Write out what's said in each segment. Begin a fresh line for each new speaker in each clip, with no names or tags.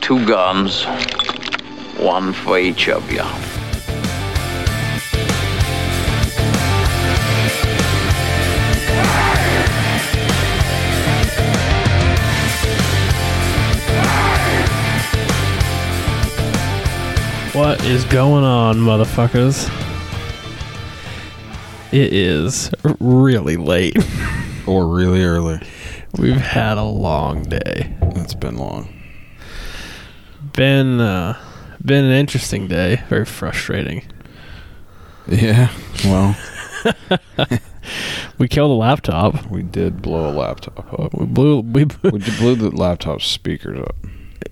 two guns, one for each of you.
What is going on, motherfuckers? It is really late.
Or really early.
We've had a long day.
It's been long.
Been uh, been an interesting day. Very frustrating.
Yeah. Well,
We killed a laptop.
we did blow a laptop up.
We blew. We
We d- blew the laptop speakers up.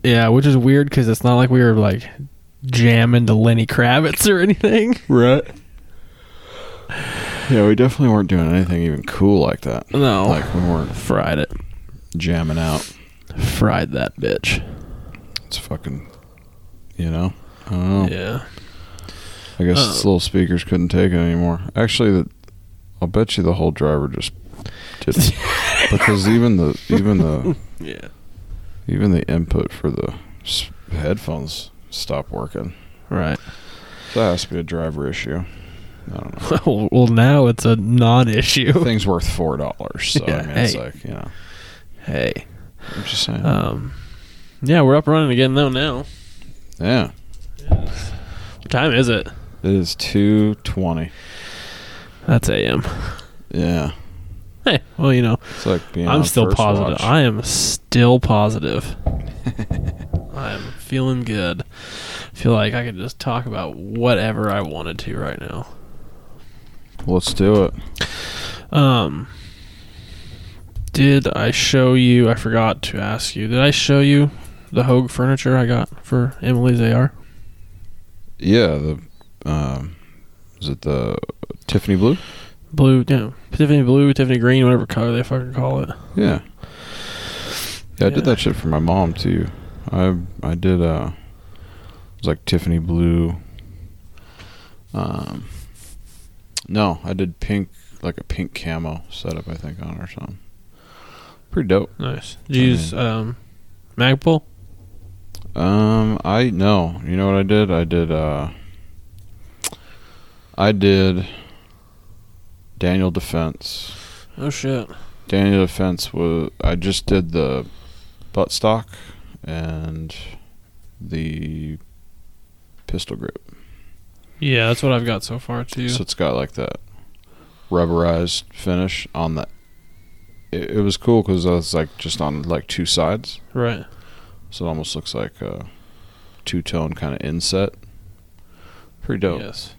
yeah, which is weird because it's not like we were like jamming to Lenny Kravitz or anything.
Right. Yeah, we definitely weren't doing anything even cool like that.
No,
Like we weren't
fried it.
jamming out.
Fried that bitch.
It's fucking, you know. I don't know.
Yeah.
I guess its little speakers couldn't take it anymore. Actually, the, I'll bet you the whole driver just did it. because even the even the
Yeah.
even the input for the s- headphones stopped working.
Right.
That has to be a driver issue. I don't know.
well, well, now it's a non-issue.
Thing's worth four dollars, so
Yeah,
I mean, it's
hey.
like you know.
Hey.
I'm just saying.
Um, yeah, we're up and running again though now. What
yeah,
time is it?
it is two twenty.
That's AM.
Yeah,
Hey, well, you know,
it's like being.
I'm
on
still
first
positive.
watch.
I am still positive. I'm feeling good. Feel like I could just talk about whatever I wanted to right now.
Let's do it.
Um, did I show you? I forgot to ask you. Did I show you the Hogue furniture I got for Emily's AR?
Yeah, the um, is it the Tiffany blue?
Blue, you know, Tiffany blue, Tiffany green, whatever color they fucking call it.
Yeah. Yeah, I
Yeah.
did that shit for my mom too. I I did uh it was like Tiffany blue. Um No, I did pink like a pink camo setup I think on or something. Pretty dope.
Nice. Did you use um, Magpul?
Um I no, you know what I did? I did uh I did Daniel Defense.
Oh shit.
Daniel Defense was. I just did the butt stock and the pistol grip.
Yeah, that's what I've got so far too.
So it's got like that rubberized finish on the. It, it was cool because I was like just on like two sides,
right.
so it almost looks like a two tone kind of inset. Pretty dope.
Yes.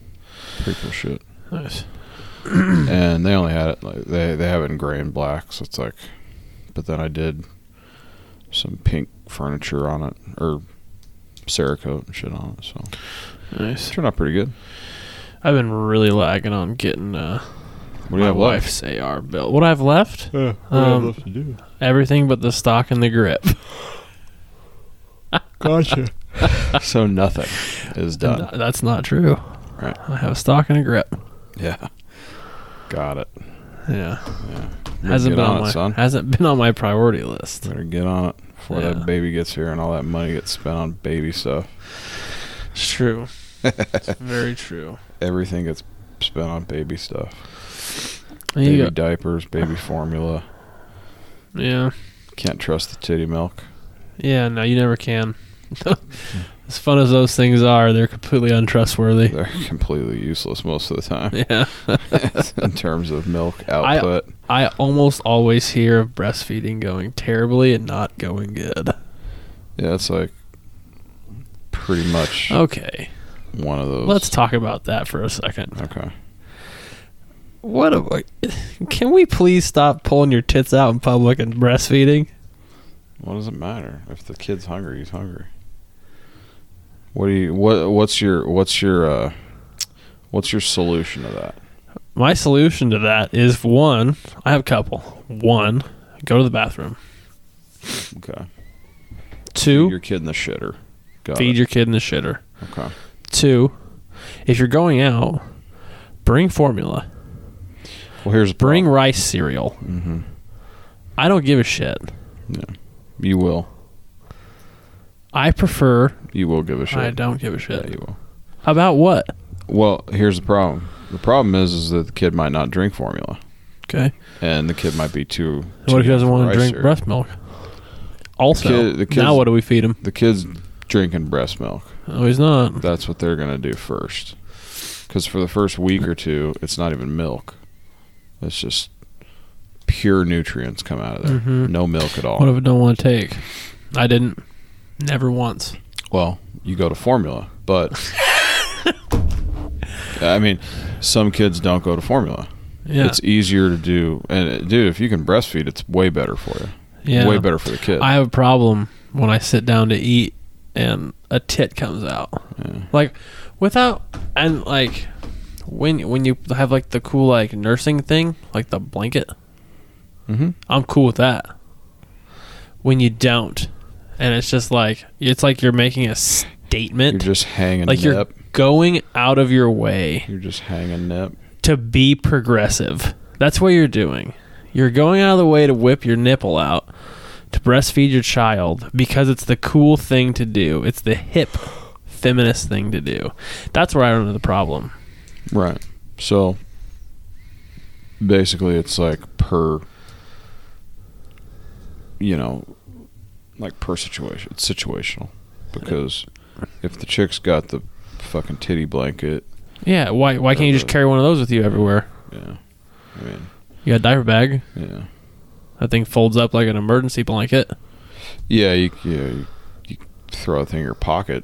Pretty cool shit.
Nice.
and they only had it like they they have it in gray and black, so it's like. But then I did some pink furniture on it, or Cerakote and shit on it. So
Nice.
turned out pretty good.
I've been really lagging on getting uh,
What do you
my
have left?
wife's AR built. What I've left?
Yeah,
do you have Um,
left to do?
Everything but the stock and the grip.
Gotcha. so nothing is done.
Th- That's not true.
Right.
I have a stock and a grip.
Yeah, got it.
Yeah.
Better
hasn't
get
been on,
it,
my
son.
hasn't been on my priority list.
Better get on it before
Yeah.
that baby gets here and all that money gets spent on baby stuff.
It's true. it's very true.
Everything gets spent on baby stuff.
There
baby
you go.
diapers, baby formula.
Yeah.
Can't trust the titty milk.
Yeah, no, you never can.
Mm.
as fun as those things are, they're completely untrustworthy.
They're completely useless most of the time
Yeah.
in terms of milk output.
I almost always hear of breastfeeding going terribly and not going good.
yeah, it's like pretty much
Okay.
one of those.
Oh, Let's talk about that for a second.
okay.
What a, can we please stop pulling your tits out in public and breastfeeding?
What does it matter if the kid's hungry? He's hungry. What do you what What's your what's your uh what's your solution to that?
My solution to that is one, I have a couple. One, go to the bathroom.
Okay, feed
Two,
your kid in the shitter. Got
feed
it.
your kid in the shitter.
okay.
Two, if you're going out, bring formula.
Well, here's a
Bring
problem.
rice cereal.
Mm-hmm.
I don't give a shit.
You will.
I prefer.
You will give a shit.
I don't give a shit.
Yeah, you will.
About what?
Well, here's the problem. The problem is, is that the kid might not drink formula,
Okay.
and the kid might be too.
what if
too
he doesn't
young
want
for
to drink
ricer.
breast milk? Also,
kid- the kids-
now what do we feed him?
The kid's drinking breast milk.
Oh, he's not.
That's what they're gonna do first. Because for the first week or two, it's not even milk. It's just pure nutrients come out of there.
Mhm.
No milk at all.
What if I don't want to take? I didn't. Never once.
Well, you go to formula, but I mean, some kids don't go to formula.
Yeah.
It's easier to do, and uh, dude, if you can breastfeed, it's way better for you.
yeah.
Way better for the kid.
I have a problem when I sit down to eat and a tit comes out.
Yeah.
Like without and like when when you have like the cool like nursing thing, like the blanket,
mm-hmm.
I'm cool with that. When you don't and it's just like it's like you're making a
You're
statement.
just hanging
like you're
nip.
going out of your way
You're, just hanging nip.
to be progressive. That's what you're doing. You're going out of the way to whip your nipple out to breastfeed your child because it's the cool thing to do. It's the hip feminist thing to do. That's where I run into the problem.
Right. So basically, it's like per, you know, like per situation. It's situational because if the chick's got the fucking titty blanket,
Yeah, why why can't you just carry one of those with you everywhere?
yeah. I mean,
You got a diaper bag.
yeah,
That thing folds up like an emergency blanket.
yeah. You, yeah, you, you throw a thing in your pocket,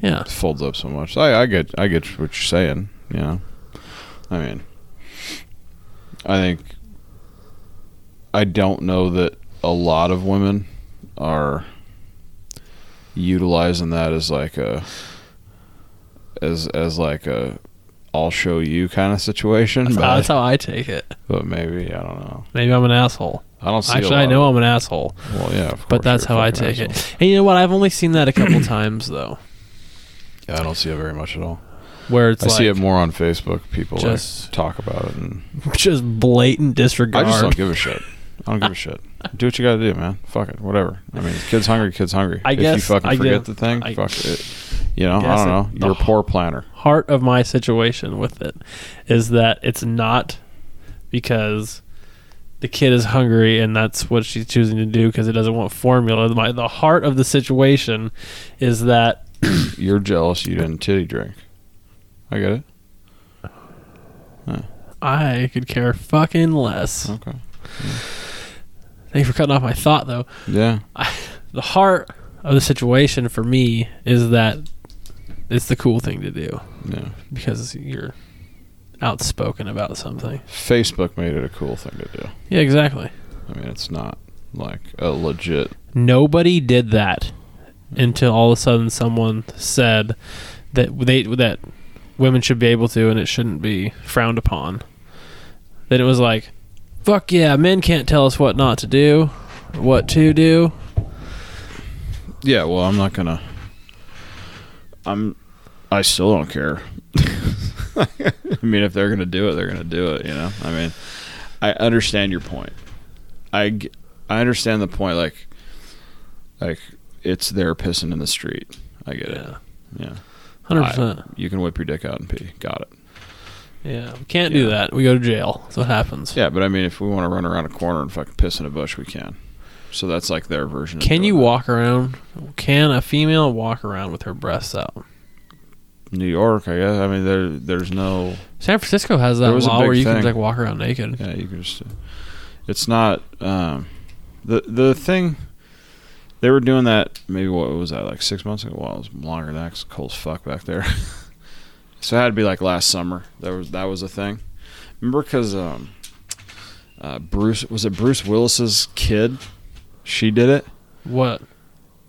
Yeah.
it folds up so much. I, I get, I get what you're saying. You know, I mean, I think I don't know that a lot of women are utilizing that as like a as as like a I'll show you kind of situation.
That's, how,
but,
that's how I take it.
but maybe I don't know.
Maybe I'm an asshole.
I don't see. a
Actually,
lot
I
of
know
it.
I'm an asshole,
Well, yeah, of
but
course you're
that's
a
how I
fucking
take
asshole.
it. And you know what? I've only seen that a couple times though,
Yeah, I don't see it very much at all.
where it's
I
like
see it more on Facebook. People like,
just-
talk about it, and
just blatant disregard.
I just don't give a shit. I don't give a shit. Do what you got to do, man. Fuck it, whatever. I mean, kids hungry, kids hungry.
I
if you
guess
fucking
I
forget
guess-
the thing,
I
fuck it. You know, I
guess
don't know.
it-
You're a poor planner.
Heart of my situation with it is that it's not because the kid is hungry and that's what she's choosing to do because it doesn't want formula. My, the heart of the situation is that
You're jealous. You didn't titty drink. I get it.
I could care fucking less.
Okay.
Thanks for cutting off my thought though.
Yeah.
The heart of the situation for me is that it's the cool thing to do
Yeah.
because you're outspoken about something.
Facebook made it a cool thing to do.
Yeah, exactly.
I mean, it's not like a legit.
nobody did that until all of a sudden someone said that they that women should be able to and it shouldn't be frowned upon. Then it was like, fuck yeah, men can't tell us what not to do, or what to do.
Yeah. Well, I'm not gonna. I'm. I still don't care. I mean, if they're gonna do it, they're gonna do it. You know. I mean, I understand your point. I g- I understand the point. Like, like it's there pissing in the street. I get it. Yeah.
hundred percent.
You can whip your dick out and pee. Got it.
Yeah, we can't do
Yeah.
that. We go to jail. That's what happens.
Yeah, but I mean, if we want to run around a corner and fucking piss in a bush, we can. So that's like their version. of
Can
doing
you
that.
walk around? Can a female walk around with her breasts out?
New York? I guess. I mean, there there's no.
San Francisco has that
There was a
law
big
where you
thing.
can like walk around naked.
Yeah, you can just. It's not um, the the thing. They were doing that maybe what was that like six months ago? Well, it was longer than that. 'cause Cold as fuck back there. so it had to be like last summer. That was that was a thing. Remember because um, uh, Bruce was it Bruce Willis's kid? She did it.
What?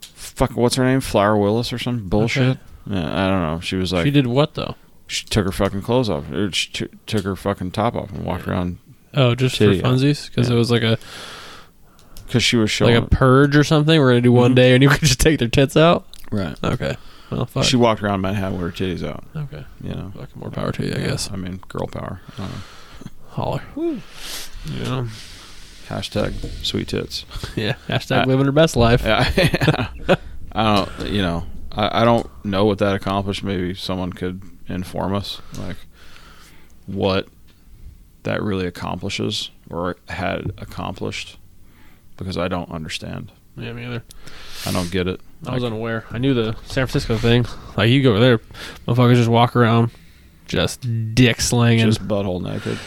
Fuck, what's her name? Flower Willis or some bullshit. Yeah, I don't know. She was like
she did what though?
she took her fucking clothes off. Or she t- took her fucking top off and walked around
Oh, just
Titty
for
out.
funsies? Because
Yeah.
it was like a
because she was showing.
like a purge or something. We're gonna do one day, and you can just take their tits out.
right.
Okay. Well, fuck.
She walked around Manhattan with her titties out.
okay.
You know,
Fucking more power to you, I guess.
I mean, girl power. I don't know.
Holler. Yeah.
Hashtag sweet tits.
Yeah. Hashtag
Uh,
living her best life.
Yeah. I don't, you know, I, I don't know what that accomplished. Maybe someone could inform us, like, what that really accomplishes or had accomplished, because I don't understand.
Yeah, me either.
I don't get it.
I was unaware. I knew the San Francisco thing. Like you go over there, motherfuckers just walk around, just dick slinging, just,
Just butthole naked.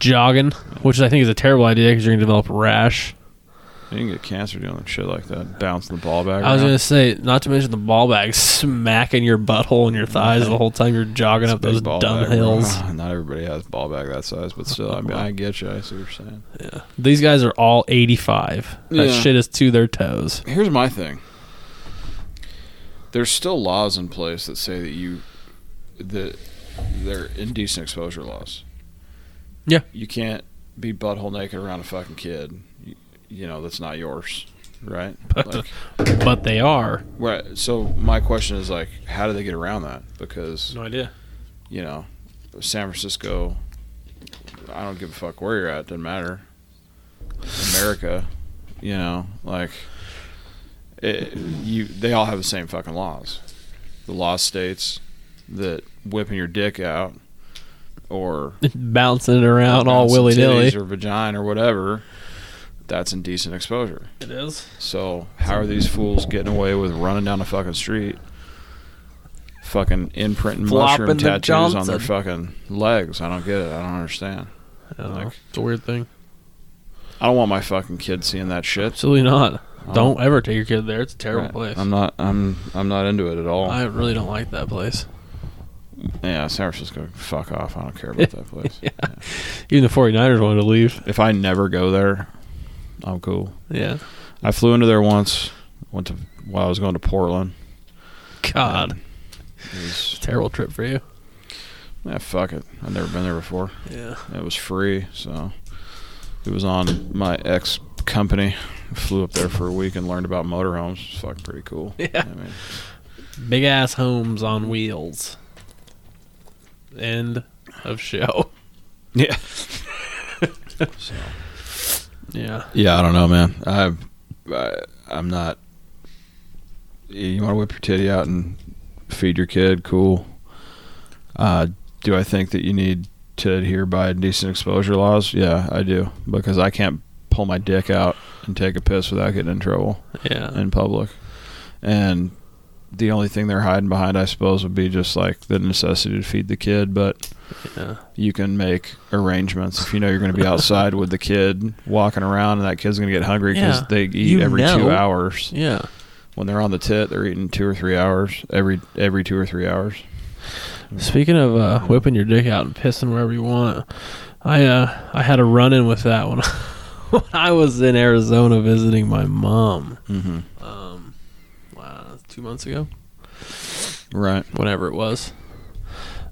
jogging, which I think is a terrible idea because you're gonna develop a rash.
You can get cancer doing shit like that. Bouncing the ball back.
I was
around.
gonna say, not to mention the ball bag smacking your butthole and your thighs the whole time you're jogging
It's a
up those
big ball
dumb
bag, bro.
hills.
Not everybody has ball bag that size, but still, I mean, I get you. I see what you're saying.
These guys are all 85. That
Yeah.
shit is to their toes.
Here's my thing. There's still laws in place that say that you that they're indecent exposure laws.
Yeah.
You can't be butthole naked around a fucking kid. You, you know, that's not yours. Right? Like,
But they are.
right. So my question is like, how do they get around that? Because
No idea.
you know, San Francisco. I don't give a fuck where you're at. Doesn't matter. America, you know, like it, you. They all have the same fucking laws. The law states that whipping your dick out or
Bouncing it around all
bouncing
willy nilly.
titties or vagina or whatever, that's indecent exposure.
It is.
So how are these fools getting away with running down the fucking street, fucking imprinting
Flopping
mushroom
the
tattoos on
Johnson.
their fucking legs? I don't get it. I don't understand. Like-
it's a weird thing.
I don't want my fucking kid seeing that shit.
Absolutely not.
Oh.
Don't ever take your kid there. It's a terrible
Right.
place.
I'm not. I'm. I'm not into it at all.
I really don't like that place.
yeah, San Francisco. Fuck off. I don't care about that place. Yeah.
Even the 49ers wanted to leave.
If I never go there, I'm cool.
Yeah.
I flew into there once. Went to while I was going to Portland.
God.
And it was-
Terrible trip for you.
yeah, fuck it. I've never been there before.
Yeah.
It was free, so it was on my ex company. Flew up there for a week and learned about motorhomes. It's fucking pretty cool.
Yeah.
I mean,
Big ass homes on wheels. End of show.
yeah.
Yeah.
Yeah, I don't know, man. I, I I'm not. You want to whip your titty out and feed your kid? Cool. Uh, do I think that you need to adhere by decent exposure laws? Yeah, I do because I can't pull my dick out and take a piss without getting in trouble.
Yeah.
in public. And the only thing they're hiding behind, I suppose, would be just like the necessity to feed the kid. But
Yeah.
you can make arrangements if you know you're going to be outside with the kid walking around, and that kid's going to get hungry because
Yeah.
they eat
You
every
know.
two hours.
Yeah.
When they're on the tit, they're eating two or three hours every every two or three hours.
Speaking of uh, whipping your dick out and pissing wherever you want, I uh, I had a run in with that when when I was in Arizona visiting my mom.
Mm-hmm.
Um, uh, two months ago,
Right.
whenever it was,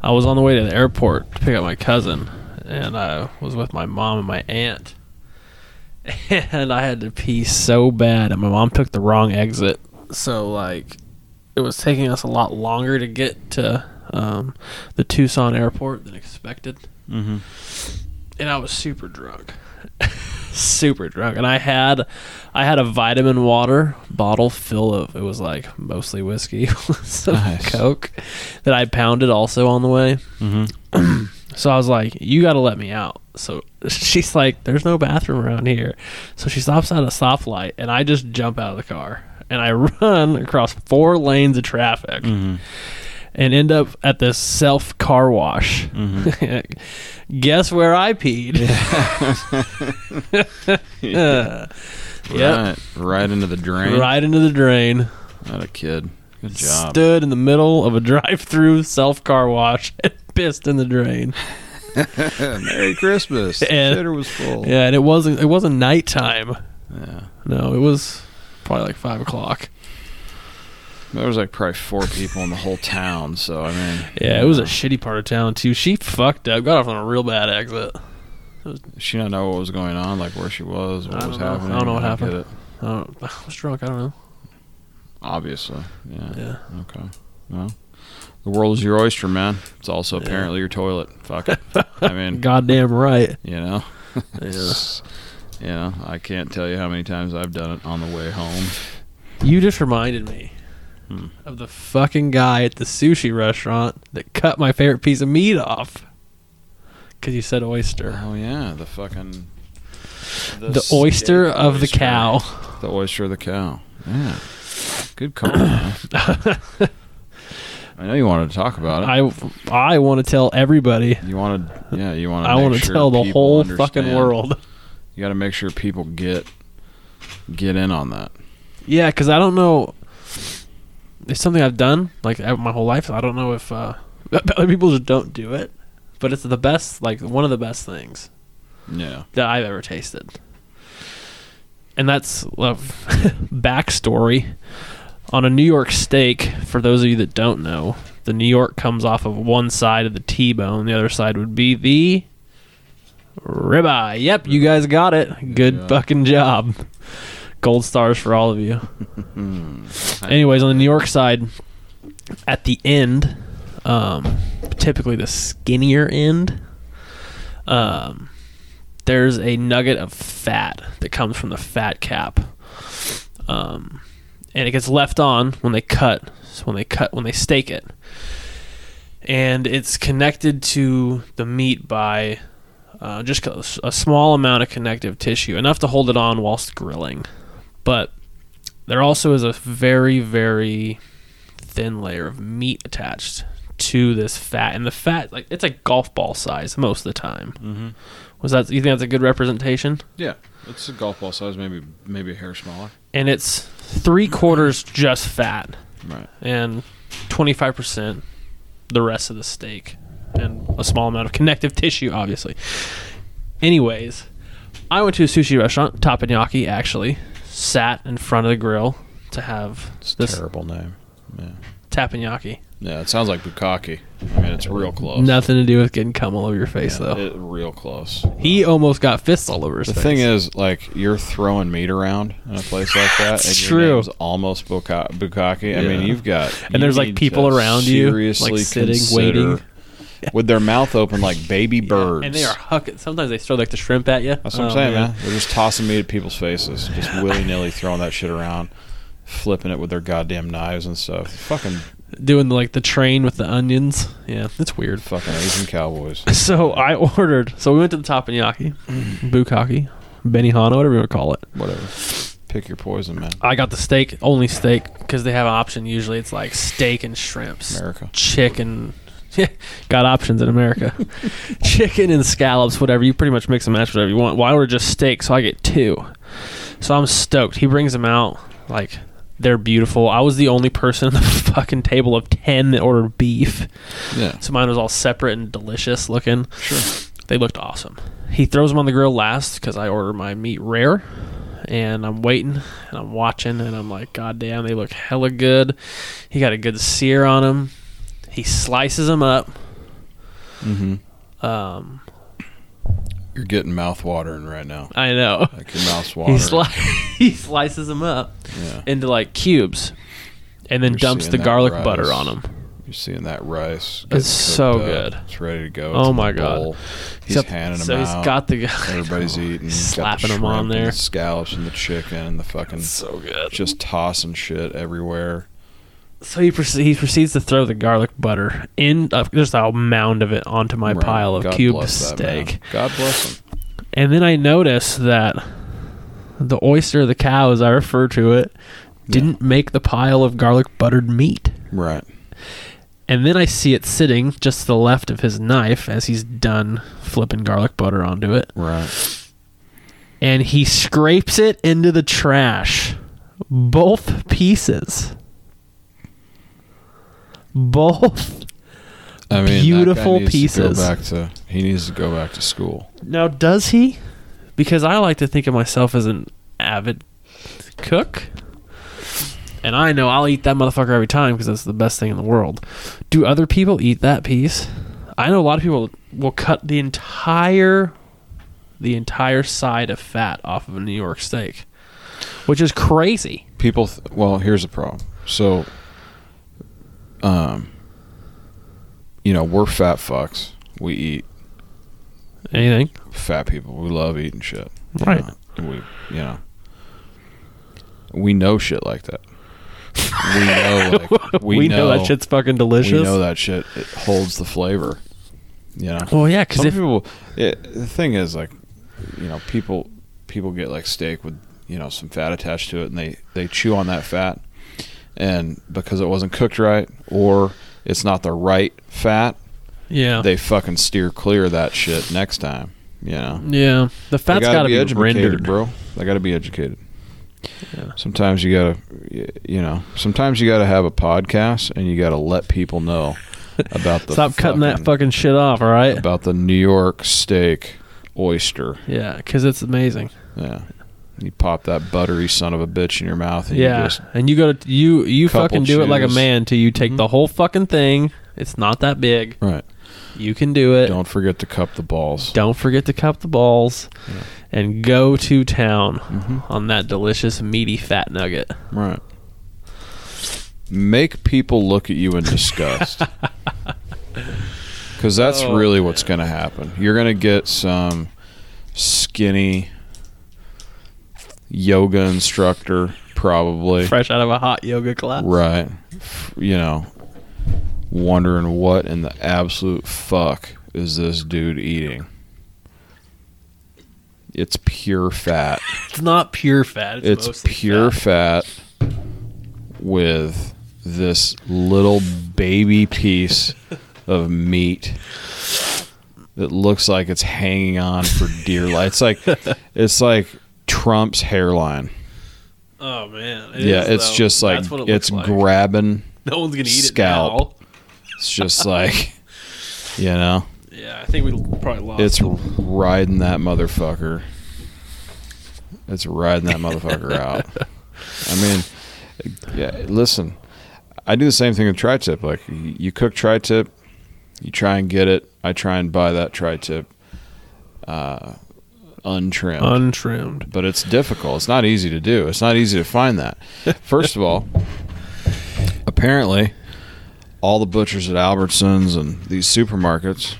I was on the way to the airport to pick up my cousin, and I was with my mom and my aunt, and I had to pee so bad, and my mom took the wrong exit, so like it was taking us a lot longer to get to um, the Tucson airport than expected
Mm-hmm.
and I was super drunk, super drunk, and I had, I had a vitamin water bottle full of it was like mostly whiskey, with some
Nice.
Coke, that I pounded also on the way.
Mm-hmm.
So I was like, "You got to let me out." So she's like, "There's no bathroom around here," so she stops at a stoplight, and I just jump out of the car and I run across four lanes of traffic
Mm-hmm.
and end up at this self car wash.
Mm-hmm.
Guess where I peed? Uh, yeah,
Right, right into the drain.
right into the drain.
Not a kid. Good job.
Stood in the middle of a drive-through self car wash and pissed in the drain.
Merry Christmas.
And-
Shitter was full.
Yeah, and it wasn't it wasn't nighttime.
yeah.
No, it was probably like five o'clock.
There was like probably four people in the whole town, so I mean,
Yeah, it was a shitty part of town too. She fucked up, got off on a real bad exit.
she didn't know what was going on, like where she was, what
I
was
don't know.
happening.
I don't know what
get
happened.
it.
I, don't, I was drunk. I don't know.
Obviously, yeah.
Yeah,
Okay. Well, the world is your oyster, man. It's also
Yeah.
apparently your toilet. Fuck it. I mean,
goddamn right.
you know,
Yeah.
it's- you know, I can't tell you how many times I've done it on the way home.
You just reminded me of the fucking guy at the sushi restaurant that cut my favorite piece of meat off because you said oyster.
Oh yeah, the fucking
The, Oh, oyster
steak
of the
oyster.
cow.
The oyster of the cow. Yeah. Good call. man. I know you wanted to talk about it.
I I want to tell everybody.
you wanted, yeah, you wanted.
I
want
want to tell the whole fucking world.
You got to make sure people get get in on that.
Yeah, because I don't know. It's something I've done like uh, my whole life. I don't know if uh, other people just don't do it, but it's the best, like one of the best things.
Yeah.
that I've ever tasted. And that's uh, backstory on a New York steak. For those of you that don't know, the New York comes off of one side of the T-bone. The other side would be the ribeye. Yep, you guys got it. Good
Yeah.
fucking job. Gold stars for all of you. Anyways, on the New York side, at the end, um, typically the skinnier end, um, there's a nugget of fat that comes from the fat cap, um, and it gets left on when they cut. So when they cut, when they stake it, and it's connected to the meat by uh, just a s- a small amount of connective tissue, enough to hold it on whilst grilling, but there also is a very very thin layer of meat attached to this fat and the fat like it's like golf ball size most of the time
Mm-hmm.
was that you think that's a good representation
Yeah, it's a golf ball size, maybe maybe a hair smaller.
and it's three quarters just fat
Right.
and 25% the rest of the steak and a small amount of connective tissue obviously anyways i went to a sushi restaurant tapenaki actually sat in front of the grill to have
It's a
this
terrible name. Yeah.
tapenaki
Yeah, it sounds like bukkake. I mean, it's real close.
Nothing to do with getting cum all over your face, though.
It, real close.
he almost got fists all over his
The
face.
thing is, like, you're throwing meat around in a place like that.
It's
and your
true.
name's almost buka- bukkake.
Yeah.
I mean, you've got you
and there's like
need
people
to
around you,
seriously
like sitting,
consider-
waiting.
with their mouth open like baby birds.
and they are hucking. Sometimes they throw like the shrimp at you.
That's what I'm
Oh,
saying, man. They're just tossing meat at people's faces, just willy nilly throwing that shit around, flipping it with their goddamn knives and stuff. Fucking,
Doing like the train with the onions. Yeah, it's weird.
fucking Asian cowboys.
So I ordered. So we went to the Tapenaki, Bukaki, Benihana, whatever you want to call it.
Whatever. Pick your poison, man.
I got the steak, only steak, because they have an option. Usually, it's like steak and shrimps,
America.
chicken. got options in America, chicken and scallops, whatever. You pretty much mix and match whatever you want. Well, I order just steak, so I get two. So I'm stoked. He brings them out like they're beautiful. I was the only person at the fucking table of ten that ordered beef,
Yeah,
so mine was all separate and delicious looking.
sure.
They looked awesome. He throws them on the grill last because I order my meat rare, and I'm waiting and I'm watching and I'm like, God damn, they look hella good. He got a good sear on them. He slices them up.
Mm-hmm.
Um,
You're getting mouth watering right now.
I know.
Like your mouth's
He,
watering.
sli- he slices them up
yeah.
into like cubes, and then
You're
dumps
seeing
the
that
garlic
rise.
butter on them.
You're seeing that
It's
rice. getting
so
cooked up.
good.
It's ready to go.
Oh
It's in
my
the
God.
bowl. He's handing them
so
out.
he's got the
Everybody's eating. He's got the
slapping them on
shrimp and the
there.
scallops and the chicken and the fucking
so good.
just tossing shit everywhere.
So he proce- he proceeds to throw the garlic butter in uh, just a mound of it onto my
Right.
pile of
God
cube
bless that man.
steak,
God bless him.
and then I notice that the oyster, the cow, as I refer to it, didn't make the pile of garlic buttered meat.
Right.
And then I see it sitting just to the left of his knife as he's done flipping garlic butter onto it,
Right.
and he scrapes it into the trash, both pieces, both
I mean, that guy
Beautiful
needs to
pieces.
go back to, he needs to go back to school.
Now, does he? Because I like to think of myself as an avid cook. And I know I'll eat that motherfucker every time because that's the best thing in the world. Do other people eat that piece? I know a lot of people will cut the entire the entire side of fat off of a New York steak, which is crazy.
People. Th- well, here's the problem. So, um, you know, we're fat fucks. We eat
Anything?
fat people. We love eating shit. Uh, you
Right.
know. we, you know, we know shit like that. we know like, we,
We, know, that shit's fucking delicious.
we know that shit it holds the flavor you know
Well, yeah, because
some
if
people it, the thing is like you know people people get like steak with you know some fat attached to it and they they chew on that fat and because it wasn't cooked right or it's not the right fat
yeah,
they fucking steer clear of that shit next time you know
yeah, the
They
fat's got to be,
educated,
rendered.
bro. They got to be educated.
Yeah.
Sometimes you gotta, y- you know, sometimes you gotta have a podcast and you gotta let people know about the
Stop cutting that
fucking-
fucking shit off, all right?
about the New York steak oyster.
Yeah, because it's amazing.
Yeah, you pop that buttery son of a bitch in your mouth. And you
yeah,
just,
and you go to you you
Couple
fucking do it like a
chews.
man till you take
Mhm.
the whole fucking thing. It's not that big.
right.
You can do it.
Don't forget to cup the balls.
Don't forget to cup the balls,
Yeah.
and go to town
Mhm.
on that delicious meaty fat nugget.
Right. Make people look at you in disgust. Because that's
Oh.
really what's going to happen. You're going to get some skinny yoga instructor, probably.
Fresh out of a hot yoga class.
Right. F- You know, wondering what in the absolute fuck is this dude eating? It's pure fat
It's not pure fat. It's,
it's
mostly
pure
fat.
fat. with this little baby piece of meat that looks like it's hanging on for dear life. It's like it's like Trump's hairline.
Oh man. it
yeah,
is,
it's
though.
just like
That's what it
it's
looks like.
grabbing.
No one's gonna eat
scalp.
it now.
It's just like you know,
Yeah, I think we probably lost.
it's riding that motherfucker. It's riding that motherfucker out. I mean, yeah, listen, I do the same thing with tri tip. Like, y- you cook tri tip, you try and get it. I try and buy that tri tip uh, untrimmed.
untrimmed.
but it's difficult. It's not easy to do. It's not easy to find that. First of all, apparently, all the butchers at Albertsons and these supermarkets,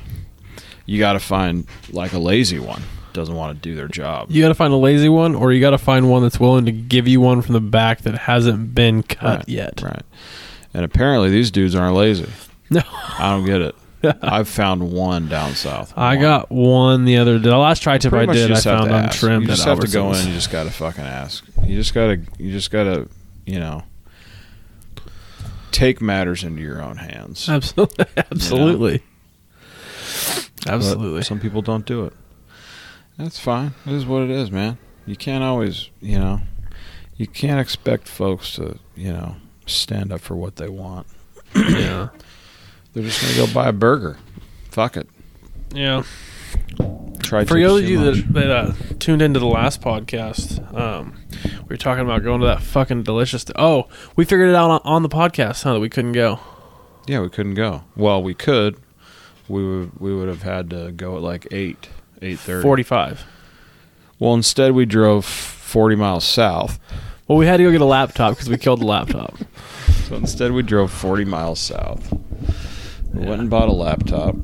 you got to find like a lazy one. Doesn't want to do their job.
You got to find a lazy one, or you got to find one that's willing to give you one from the back that hasn't been cut
Right,
yet.
Right. And apparently these dudes aren't lazy.
No,
I don't get it. I've found one down south.
I
One.
got one the other day. The last try tip
Pretty
I
much
did,
you
I
just have
found
to ask.
untrimmed.
You just
at
have to go
Albertsons.
in. You just got to fucking ask. You just got to. You just got to. You know, take matters into your own hands.
Absolutely, absolutely,
But
absolutely.
Some people don't do it. That's fine. It is what it is, man. You can't always. You know, you can't expect folks to. You know, stand up for what they want.
yeah,
They're just gonna go buy a burger. Fuck it.
yeah.
Try
For
to
those of
too
you
much.
that, that uh, tuned into the last podcast, um, we were talking about going to that fucking delicious. oh, we figured it out on, on the podcast, huh? That we couldn't go.
Yeah, we couldn't go. Well, we could. We would we would have had to go at like eight, eight thirty.
Forty-five.
Well, instead we drove forty miles south.
Well, we had to go get a laptop because we killed the laptop.
So instead we drove forty miles south. We
Yeah.
went and bought a laptop,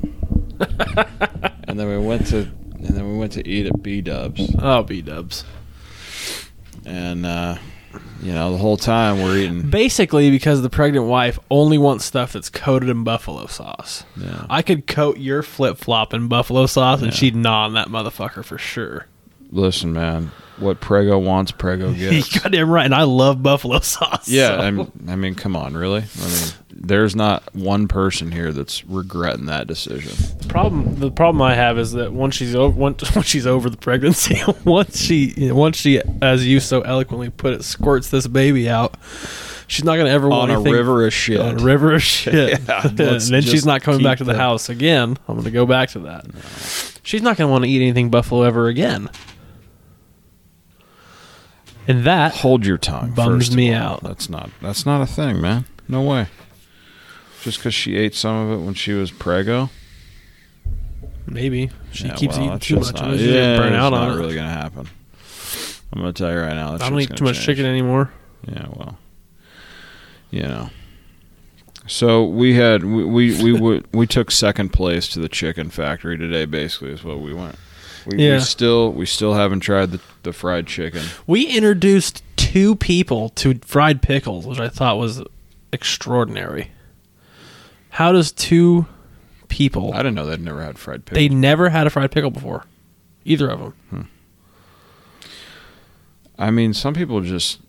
and then we went to and then we went to eat at B Dubs,
Oh, B dubs.
and uh, you know the whole time we're eating.
Basically, because the pregnant wife only wants stuff that's coated in buffalo sauce.
Yeah.
I could coat your flip flop in buffalo sauce, and
Yeah.
she'd gnaw on that motherfucker for sure.
Listen, man, what Prego wants, Prego gets.
You got him right, and I love buffalo sauce.
Yeah,
so-
I'm, I mean, come on, really? I mean, there's not one person here that's regretting that decision.
problem the problem I have is that once she's over once, once she's over the pregnancy, once she once she, as you so eloquently put it, squirts this baby out, she's not gonna ever
On
want
a
anything
river of shit.
on a uh, river of shit.
Yeah,
and
let's
then she's
just
not coming back to
keep
the
that-
house again. I'm gonna go back to that. She's not gonna want to eat anything buffalo ever again. And that
Hold your tongue.
Bums
first of
me
all.
out.
That's not. That's not a thing, man. No way. Just because she ate some of it when she was prego,
maybe she
Yeah,
keeps
well,
eating
that's
too
just
much.
Not,
and then she's gonna
yeah,
burn
it's
out
not
on it.
really gonna happen. I'm gonna tell you right now. that
I don't
shit's
eat too
gonna
much
change.
chicken anymore.
Yeah, well, you know. So we had we we we, we, we took second place to the chicken factory today. Basically, is what we went. We,
Yeah.
we still we still haven't tried the, the fried chicken.
We introduced two people to fried pickles, which I thought was extraordinary. How does two people?
I didn't know they'd never had fried
They
pickles.
never had a fried pickle before, either of them.
I mean, some people just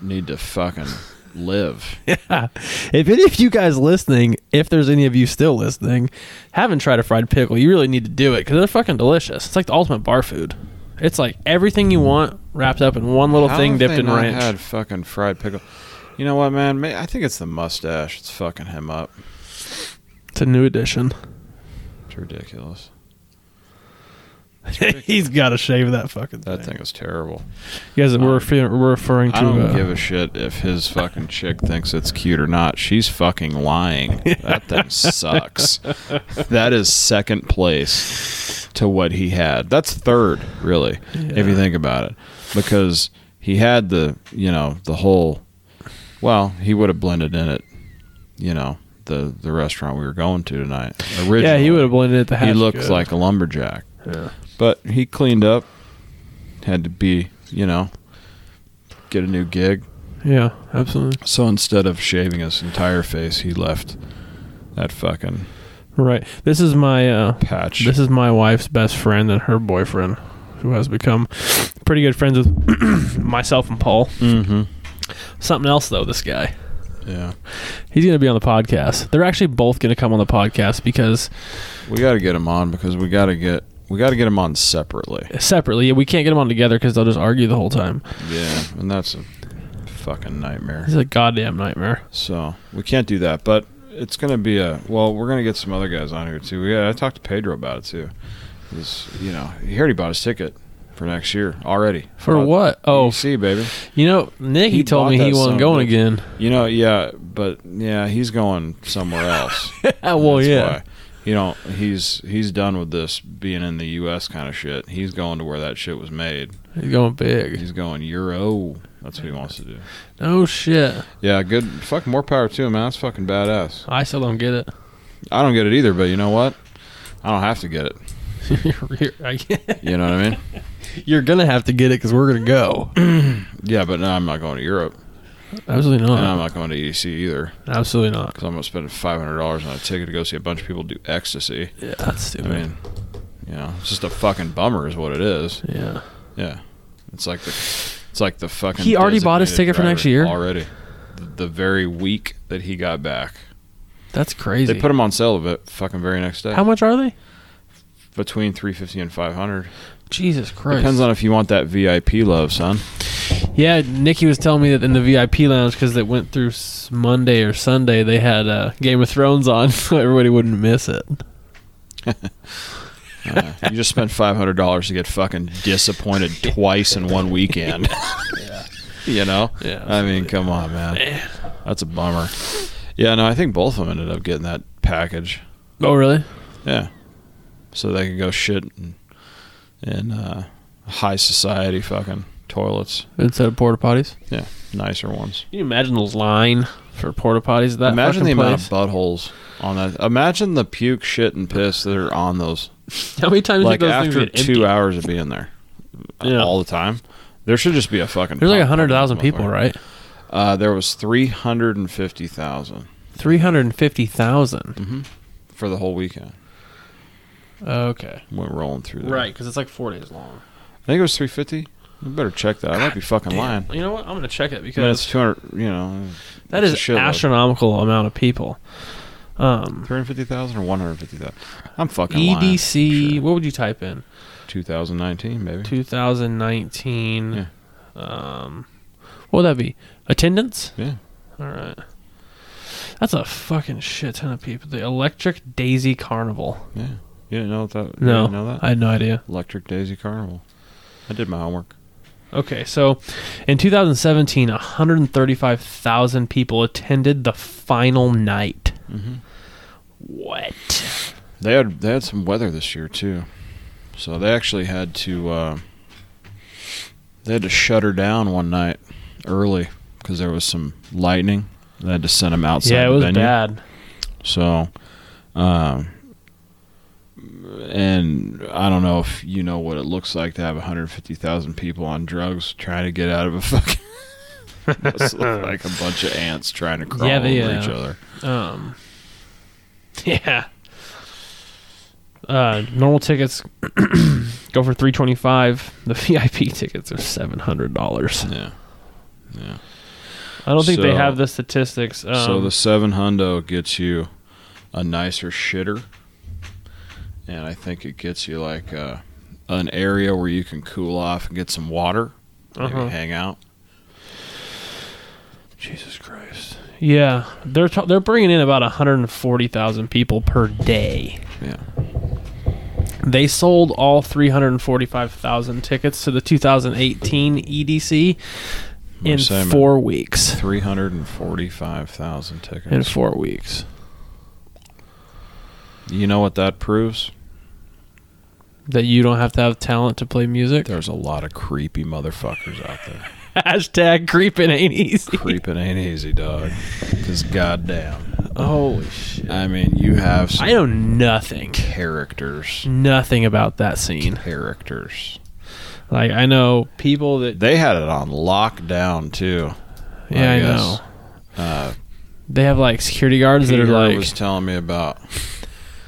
need to fucking live.
Yeah. If any of you guys listening, if there's any of you still listening, haven't tried a fried pickle, you really need to do it because they're fucking delicious. It's like the ultimate bar food. It's like everything you want wrapped up in one little
How
thing
have
dipped
they
in
not
ranch.
Had fucking fried pickle. You know what, man? May- I think it's the mustache. It's fucking him up.
It's a new addition.
It's ridiculous.
He's got to shave that fucking thing.
That thing is terrible.
You guys,
Um,
we're, refer- we're referring to.
I don't
uh,
give a shit if his fucking chick thinks it's cute or not. She's fucking lying. That thing sucks. That is second place to what he had. That's third, really, if you think about it, because he had the you know the whole. Well, he would have blended in it, you know the the restaurant we were going to tonight. Originally,
yeah, he would have blended it the half.
He looked
good.
like a lumberjack.
Yeah.
But he cleaned up. Had to be, you know, get a new gig.
Yeah, absolutely.
So instead of shaving his entire face, he left that fucking
Right. This is my. Uh,
patch.
This is my wife's best friend and her boyfriend, who has become pretty good friends with myself and Paul.
mm-hmm.
Something else though, this guy.
Yeah,
He's going to be on the podcast. They're actually both going to come on the podcast because
we got to get him on because we got to get we got to get him on separately.
separately, we can't get them on together because they'll just argue the whole time.
Yeah, and that's a fucking nightmare.
This is a goddamn nightmare.
So we can't do that. But it's gonna be a well. We're gonna get some other guys on here too. Yeah, I talked to Pedro about it too. This, you know, he already bought his ticket for next year already.
For
Bought-
what? Oh,
see, baby.
you know, Nick, he,
He
told me
bought
he
that
wasn't
son of a
going
bitch.
again.
You know, yeah, but yeah, he's going somewhere else.
well,
That's
yeah.
why. You know, he's he's done with this being in the U.S. kind of shit. He's going to where that shit was made.
He's going big.
He's going Euro. That's what he wants to do.
Oh, shit.
Yeah, good. Fuck, more power to him, man. That's fucking badass.
I still don't get it.
I don't get it either, but you know what? I don't have to get it.
You're-
You know what I mean?
You're going to have to get it because we're going to go.
Yeah, but no, I'm not going to Europe,
Absolutely
and I'm
not.
not going to EDC either
Absolutely not.
because I'm going to spend five hundred dollars on a ticket to go see a bunch of people do ecstasy.
Yeah, that's
I
stupid.
mean, you know, it's just a fucking bummer, is what it is.
yeah.
Yeah, it's like the it's like the fucking.
He already bought his
designated
ticket for next
driver
year?
already. The, the very week that he got back,
That's crazy.
they put him on sale the fucking very next day.
How much are they?
Between three fifty and five hundred.
Jesus Christ.
Depends on if you want that VIP love, son.
Yeah, Nikki was telling me that in the VIP lounge because they went through s- Monday or Sunday, they had uh, Game of Thrones on, so everybody wouldn't miss it.
Uh, you just spent five hundred dollars to get fucking disappointed twice in one weekend. You know,
Yeah,
I mean, come on, man. That's a bummer. Yeah, no, I think both of them ended up getting that package.
Oh, really?
Yeah. So they can go shit in, in uh, high society fucking toilets.
Instead of porta potties?
Yeah, nicer ones.
Can you imagine the line for porta potties at that
imagine the
fucking
amount
place?
of buttholes on that. Imagine the puke, shit, and piss that are on those.
How many times
Like
did those things
after
get
two
empty?
hours of being there, uh,
Yeah.
all the time. There should just be a fucking.
There's like
pump on that
100,000 people,
motherfucker.
right?
Uh, there was three hundred and fifty thousand
350,000.
for the whole weekend. Mm-hmm.
Okay.
Went rolling through there.
Right, because it's like four days long.
I think it was three fifty. You better check that. I might be fucking lying.
You know what? I'm going to check it
I mean, it's
because
two hundred. You know,
that
it's a
is
shitload.
astronomical amount of people. Um,
350,000 or 150,000? I'm fucking
E
lying.
EDC,
Sure.
what would you type in?
2019, baby.
2019.
Yeah.
Um, what would that be? Attendance?
Yeah.
All right. That's a fucking shit ton of people. The Electric Daisy Carnival.
Yeah. You didn't know that? You
No,
didn't know that?
I had no idea.
Electric Daisy Carnival. I did my homework.
Okay, so in 2017, 135,000 people attended the final night.
Mm-hmm.
What?
They had they had some weather this year too, so they actually had to uh, they had to shut her down one night early because there was some lightning. They had to send them outside.
yeah, it
the
was
venue.
bad.
So, um, and I don't know if you know what it looks like to have 150,000 people on drugs trying to get out of a fucking. It's like a bunch of ants trying to crawl
Yeah, they,
over
uh,
each other.
Um, yeah. Uh, normal tickets go for three twenty five. The VIP tickets are seven hundred dollars.
Yeah, yeah.
I don't think they
So-
have the statistics. Um,
so the seven hundo gets you a nicer shitter, and I think it gets you like uh, an area where you can cool off and get some water,
Uh-huh.
maybe hang out. Jesus Christ!
yeah, they're t- they're bringing in about one hundred and forty thousand people per day.
Yeah,
They sold all three hundred and forty five thousand tickets to the two thousand eighteen EDC in
Simon.
four weeks.
three hundred and forty-five thousand tickets.
In four weeks.
You know what that proves?
That you don't have to have talent to play music.
There's a lot of creepy motherfuckers out there.
Hashtag creeping ain't easy.
Creeping ain't easy, dog. Because goddamn,
Holy shit.
I mean, you have some
I know nothing.
characters.
Nothing about that scene.
Characters.
Like I know people that
They had it on lockdown too.
yeah, I,
guess.
know.
Uh,
They have like security guards that
Peter
are like
was telling me about.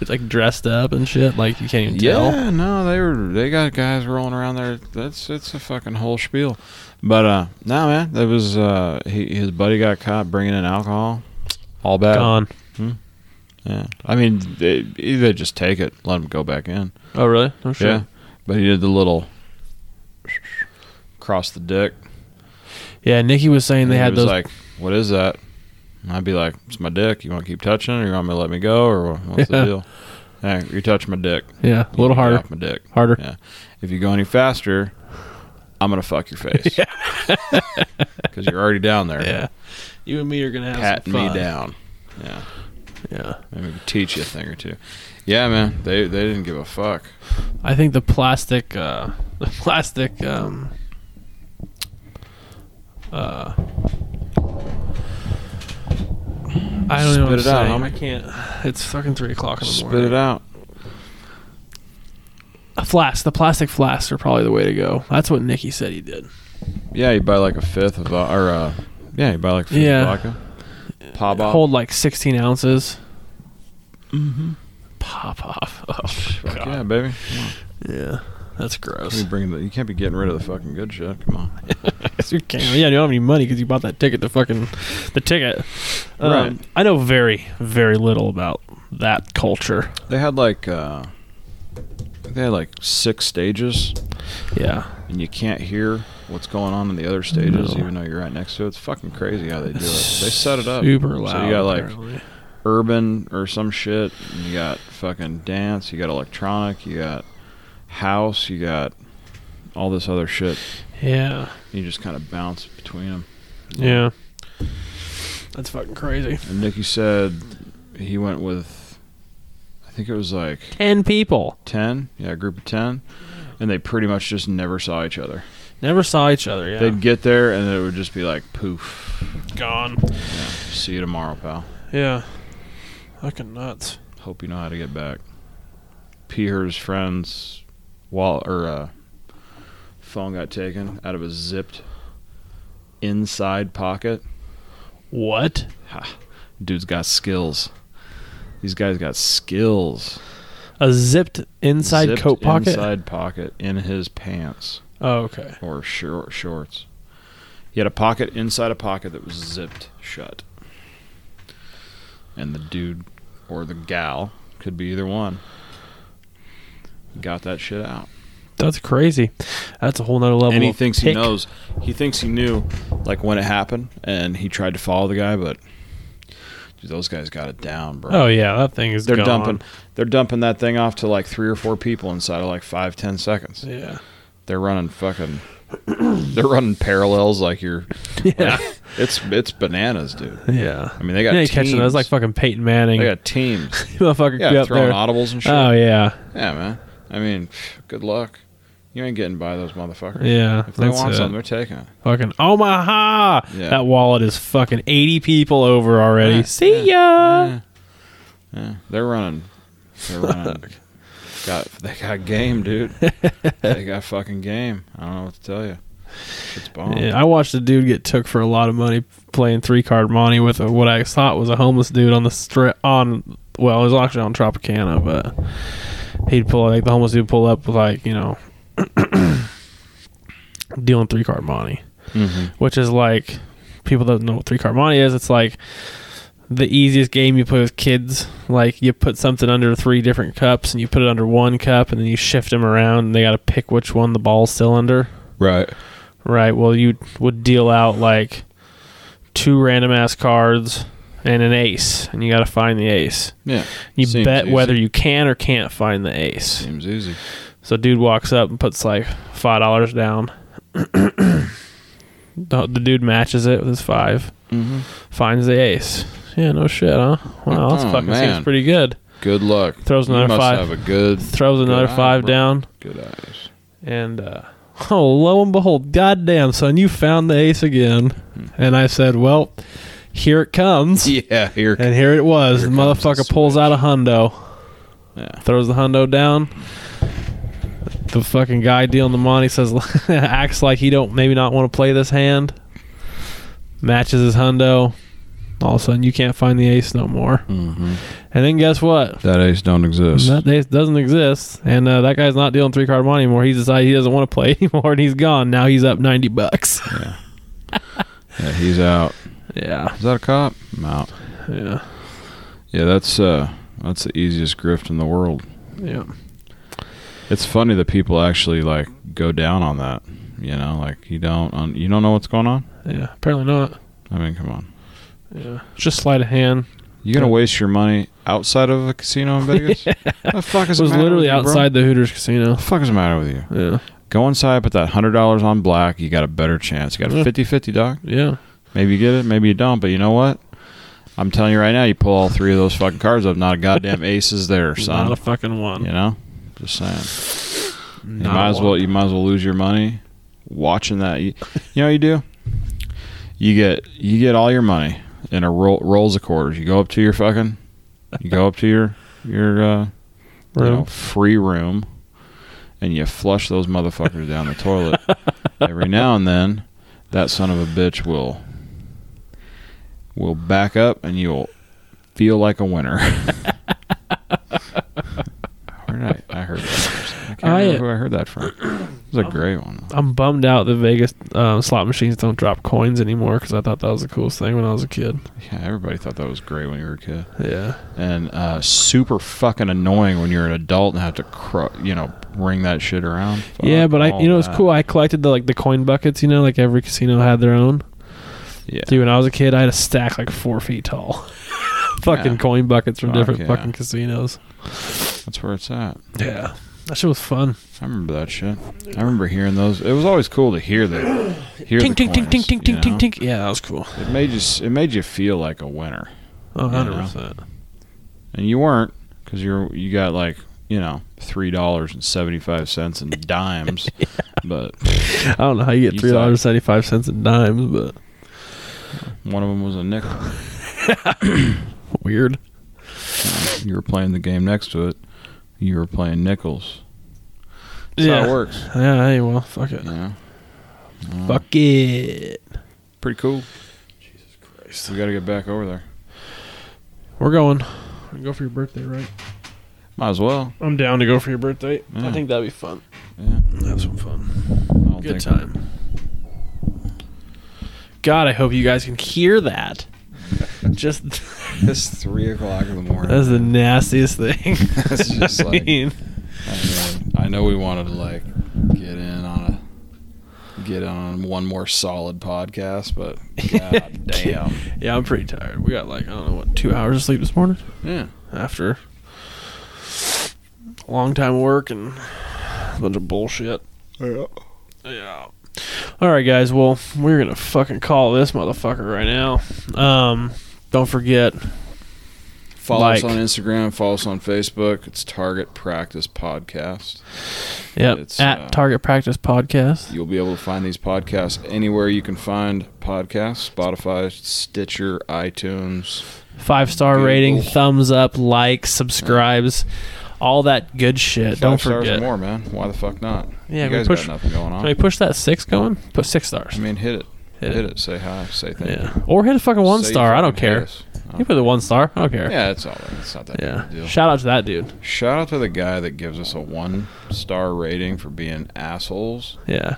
it's like dressed up and shit. Like you can't even tell.
Yeah, no, they were. They got guys rolling around there. That's it's a fucking whole spiel. But uh, no, man, that was uh, he, his buddy got caught bringing in alcohol. All bad.
Gone.
Yeah, I mean, they, they just take it, let him go back in.
Oh really? Oh shit.
Yeah, but he did the little cross the dick,
Yeah, Nikki was saying
and
they
he
had
was
those
like, "What is that?" And I'd be like, "It's my dick. You want to keep touching it, or you want me to let me go, or wha- what's
Yeah.
the deal?" Hey, you touch my dick.
Yeah, a little
Get
harder.
off my dick.
Harder.
Yeah. If you go any faster, I'm gonna fuck your face. Because you're already down there.
Yeah. You and me are gonna have
Pat
some
me
fun.
down. Yeah.
Yeah.
Maybe teach you a thing or two. Yeah, man. They they didn't give a fuck.
I think the plastic, uh, the plastic, um, uh, I don't know. What I'm
Spit it out,
saying.
homie.
I can't. It's fucking three o'clock in the
Spit
morning.
it out.
A flask. The plastic flasks are probably the way to go. That's what Nikki said he did.
Yeah, you buy like a fifth of vo- or uh, yeah, you buy like a fifth
Yeah.
of vodka. Pop off.
Hold like 16 ounces. Mm-hmm. Pop off. Oh,
Mm-hmm. Fuck
God.
yeah, baby. Come on.
Yeah. That's gross.
Let me bring the, you can't be getting rid of the fucking good shit. Come on.
you can't. Yeah, you don't have any money because you bought that ticket. The fucking the ticket. Um,
Right.
I know very very little about that culture.
They had like uh, they had like six stages,
Yeah,
and you can't hear what's going on in the other stages,
No.
even though you're right next to it. It's fucking crazy how they do it. They set it up
super loud.
So you got like
apparently.
urban or some shit. And you got fucking dance. You got electronic. You got house. You got all this other shit.
yeah,
You just kind of bounce between them.
yeah. That's fucking crazy.
And Nikki said he went with, I think it was like
Ten people
10, yeah, a group of 10, and they pretty much just never saw each other.
never saw each other. Yeah,
They'd get there and it would just be like, poof,
gone.
see you tomorrow, pal.
Yeah, fucking nuts.
Hope you know how to get back. Pierre's friend's wall or uh, phone got taken out of his zipped inside pocket.
What?
Dude's got skills. These guys got skills.
A zipped inside
Zipped
coat pocket?
Inside pocket in his pants.
Oh, okay.
or short shorts. He had a pocket inside a pocket that was zipped shut. And the dude or the gal could be either one. Got that shit out.
That's crazy. That's a whole nother level.
And he
of
thinks he
pick.
knows. He thinks he knew like when it happened and he tried to follow the guy, but dude, those guys got it down, bro.
Oh yeah, that thing is.
they're
gone.
dumping they're dumping that thing off to like three or four people inside of like five, ten seconds.
Yeah.
They're running fucking. They're running parallels like you're.
Yeah.
like, it's it's bananas, dude.
Yeah.
I mean, they got
yeah, you
teams.
catching those like fucking Peyton Manning.
they got teams.
Motherfucker
Yeah,
be up
throwing
there.
audibles and shit.
Oh yeah,
yeah, man. I mean, good luck. You ain't getting by those motherfuckers.
yeah.
If they
that's
want
it.
something, they're taking it.
fucking Omaha.
Yeah.
That wallet is fucking eighty people over already.
Yeah,
See ya.
Yeah. Yeah, they're running. They're running. got they got game, dude. they got fucking game. I don't know what to tell you. It's bomb.
Yeah, I watched a dude get took for a lot of money playing three card money with a, what I thought was a homeless dude on the strip on well, it was actually on Tropicana, but he'd pull like the homeless dude pull up with like you know dealing three card money,
Mhm.
which is like people that don't know what three card money is. It's like the easiest game you play with kids. Like you put something under three different cups and you put it under one cup and then you shift them around and they got to pick which one the ball's still under.
Right.
Right. Well, you would deal out like two random ass cards and an ace, and you got to find the ace.
Yeah.
You
Seems
bet
easy.
whether you can or can't find the ace.
Seems easy.
So, dude walks up and puts like five dollars down. the, the dude matches it with his five,
Mm-hmm.
finds the ace. Yeah, no shit, huh? Wow, that's
Oh,
fucking
man.
seems pretty good.
Good luck.
Throws
You
another
must
five.
Have a good
Throws
good
another
eye,
five
bro.
down,
Good eyes.
and uh, oh, lo and behold, goddamn son, you found the ace again. And I said, well, here it comes.
Yeah. Hmm. Here.
And here it was.
Here
the
comes the
motherfucker pulls out a hundo,
yeah.
throws the hundo down. The fucking guy dealing the money says, acts like he don't maybe not want to play this hand. Matches his hundo. All of a sudden, you can't find the ace no more.
Mm-hmm.
And then guess what?
That ace don't exist.
That ace doesn't exist, and uh, that guy's not dealing three card money anymore. He's decided he doesn't want to play anymore, and he's gone. Now he's up ninety bucks.
yeah. yeah. He's out.
Yeah,
Is that a cop? I'm out.
yeah,
Yeah. That's uh. That's the easiest grift in the world.
yeah.
It's funny that people actually like go down on that. You know, like you don't un- you don't know what's going on.
Yeah, apparently not.
I mean, come on.
Yeah, It's just sleight of hand.
You gonna waste your money outside of a casino in Vegas? The fuck is
It was
the matter
literally
with you, bro?
outside the Hooters casino.
The fuck is the matter with you?
Yeah,
Go inside, put that hundred dollars on black. You got a better chance. You got
Yeah.
a 50-50, doc.
yeah,
Maybe you get it, maybe you don't. But you know what? I'm telling you right now, you pull all three of those fucking cards up. Not a goddamn ace is there,
not
son.
a fucking one.
you know, just saying. You
Not
might
a
as
one.
well. You might as well lose your money watching that. You, you know what you do? You get you get all your money in a roll rolls of quarters. You go up to your fucking. You go up to your your uh, you know,
Room.
free room, and you flush those motherfuckers down the toilet. Every now and then, that son of a bitch will will back up, and you'll feel like a winner. Where did I, I heard that? I can't
I-
remember who I heard that from. It was a great one.
I'm bummed out that Vegas uh, slot machines don't drop coins anymore because I thought that was the coolest thing when I was a kid.
Yeah, everybody thought that was great when you were a kid,
Yeah,
and uh, super fucking annoying when you're an adult and have to, cru- you know, ring that shit around. Fuck
yeah, but I,
all
you know, it's
that.
cool. I collected the like the coin buckets. You know, like every casino had their own.
Yeah.
Dude, when I was a kid, I had a stack like four feet tall. fucking
Yeah.
coin buckets from
Fuck
different
yeah.
fucking casinos.
That's where it's at.
Yeah, that shit was fun.
I remember that shit. I remember hearing those. It was always cool to hear the hear
Tink
the
tink tink
coins,
tink tink
you
tink tink
know?
tink. Yeah, that was cool.
It made you s- it made you feel like a winner,
A hundred
Yeah.
percent.
and you weren't because you're you got like you know three dollars and seventy five cents in dimes, but
I don't know how you
You
get three dollars seventy five cents in dimes, but
one of them was a nickel.
weird.
You were playing the game next to it. You were playing nickels. That's how it works.
Yeah, hey, well, fuck it.
You know?
Fuck it.
Pretty cool. Jesus Christ. We got to get back over there.
We're going. Go for your birthday, right?
Might as well.
I'm down to go for your birthday.
Yeah.
I think that'd be fun.
Yeah.
Have some fun.
I don't
Good
think-
time. God, I hope you guys can hear that. Just
It's three o'clock in the morning.
that's the nastiest thing.
That's just
I
like-
mean,
I know- I know we wanted to like get in on a get on one more solid podcast, but god damn.
yeah, I'm pretty tired. We got like I don't know what two hours of sleep this morning
Yeah.
after a long time of work and a bunch of bullshit. Yeah. All right, guys. Well, we're gonna fucking call this motherfucker right now. Um, don't forget.
Follow us
Like-
on Instagram, follow us on Facebook. It's Target Practice Podcast.
Yep.
It's,
at
uh,
Target Practice Podcast.
You'll be able to find these podcasts anywhere you can find podcasts, Spotify, Stitcher, iTunes.
Five star
Google.
rating, thumbs up, likes, subscribes. all that good shit.
Five
Don't
stars
forget.
or more, man. Why the fuck not?
Yeah,
you
we
guys
push-
got nothing going on.
Can we push that six going? Put six stars.
I mean, hit it.
Hit
Hit,
it.
it. Say hi. Say thank
yeah.
you.
Or hit a fucking one
Say you
star. I
fucking
don't
hate
care.
us.
You put a one star. I don't care.
Yeah, it's all right. It's not that
Yeah.
big a deal.
Shout out to that dude.
Shout out to the guy that gives us a one star rating for being assholes.
Yeah.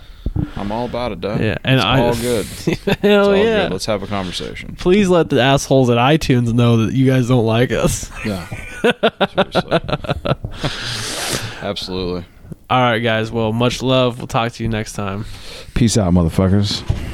I'm all about it, Doug.
Yeah. And
it's
I.
all good. It's
Hell
all
yeah.
good. Let's have a conversation.
Please let the assholes at iTunes know that you guys don't like us.
Yeah. Seriously. Absolutely.
All right, guys. Well, much love. We'll talk to you next time.
Peace out, motherfuckers.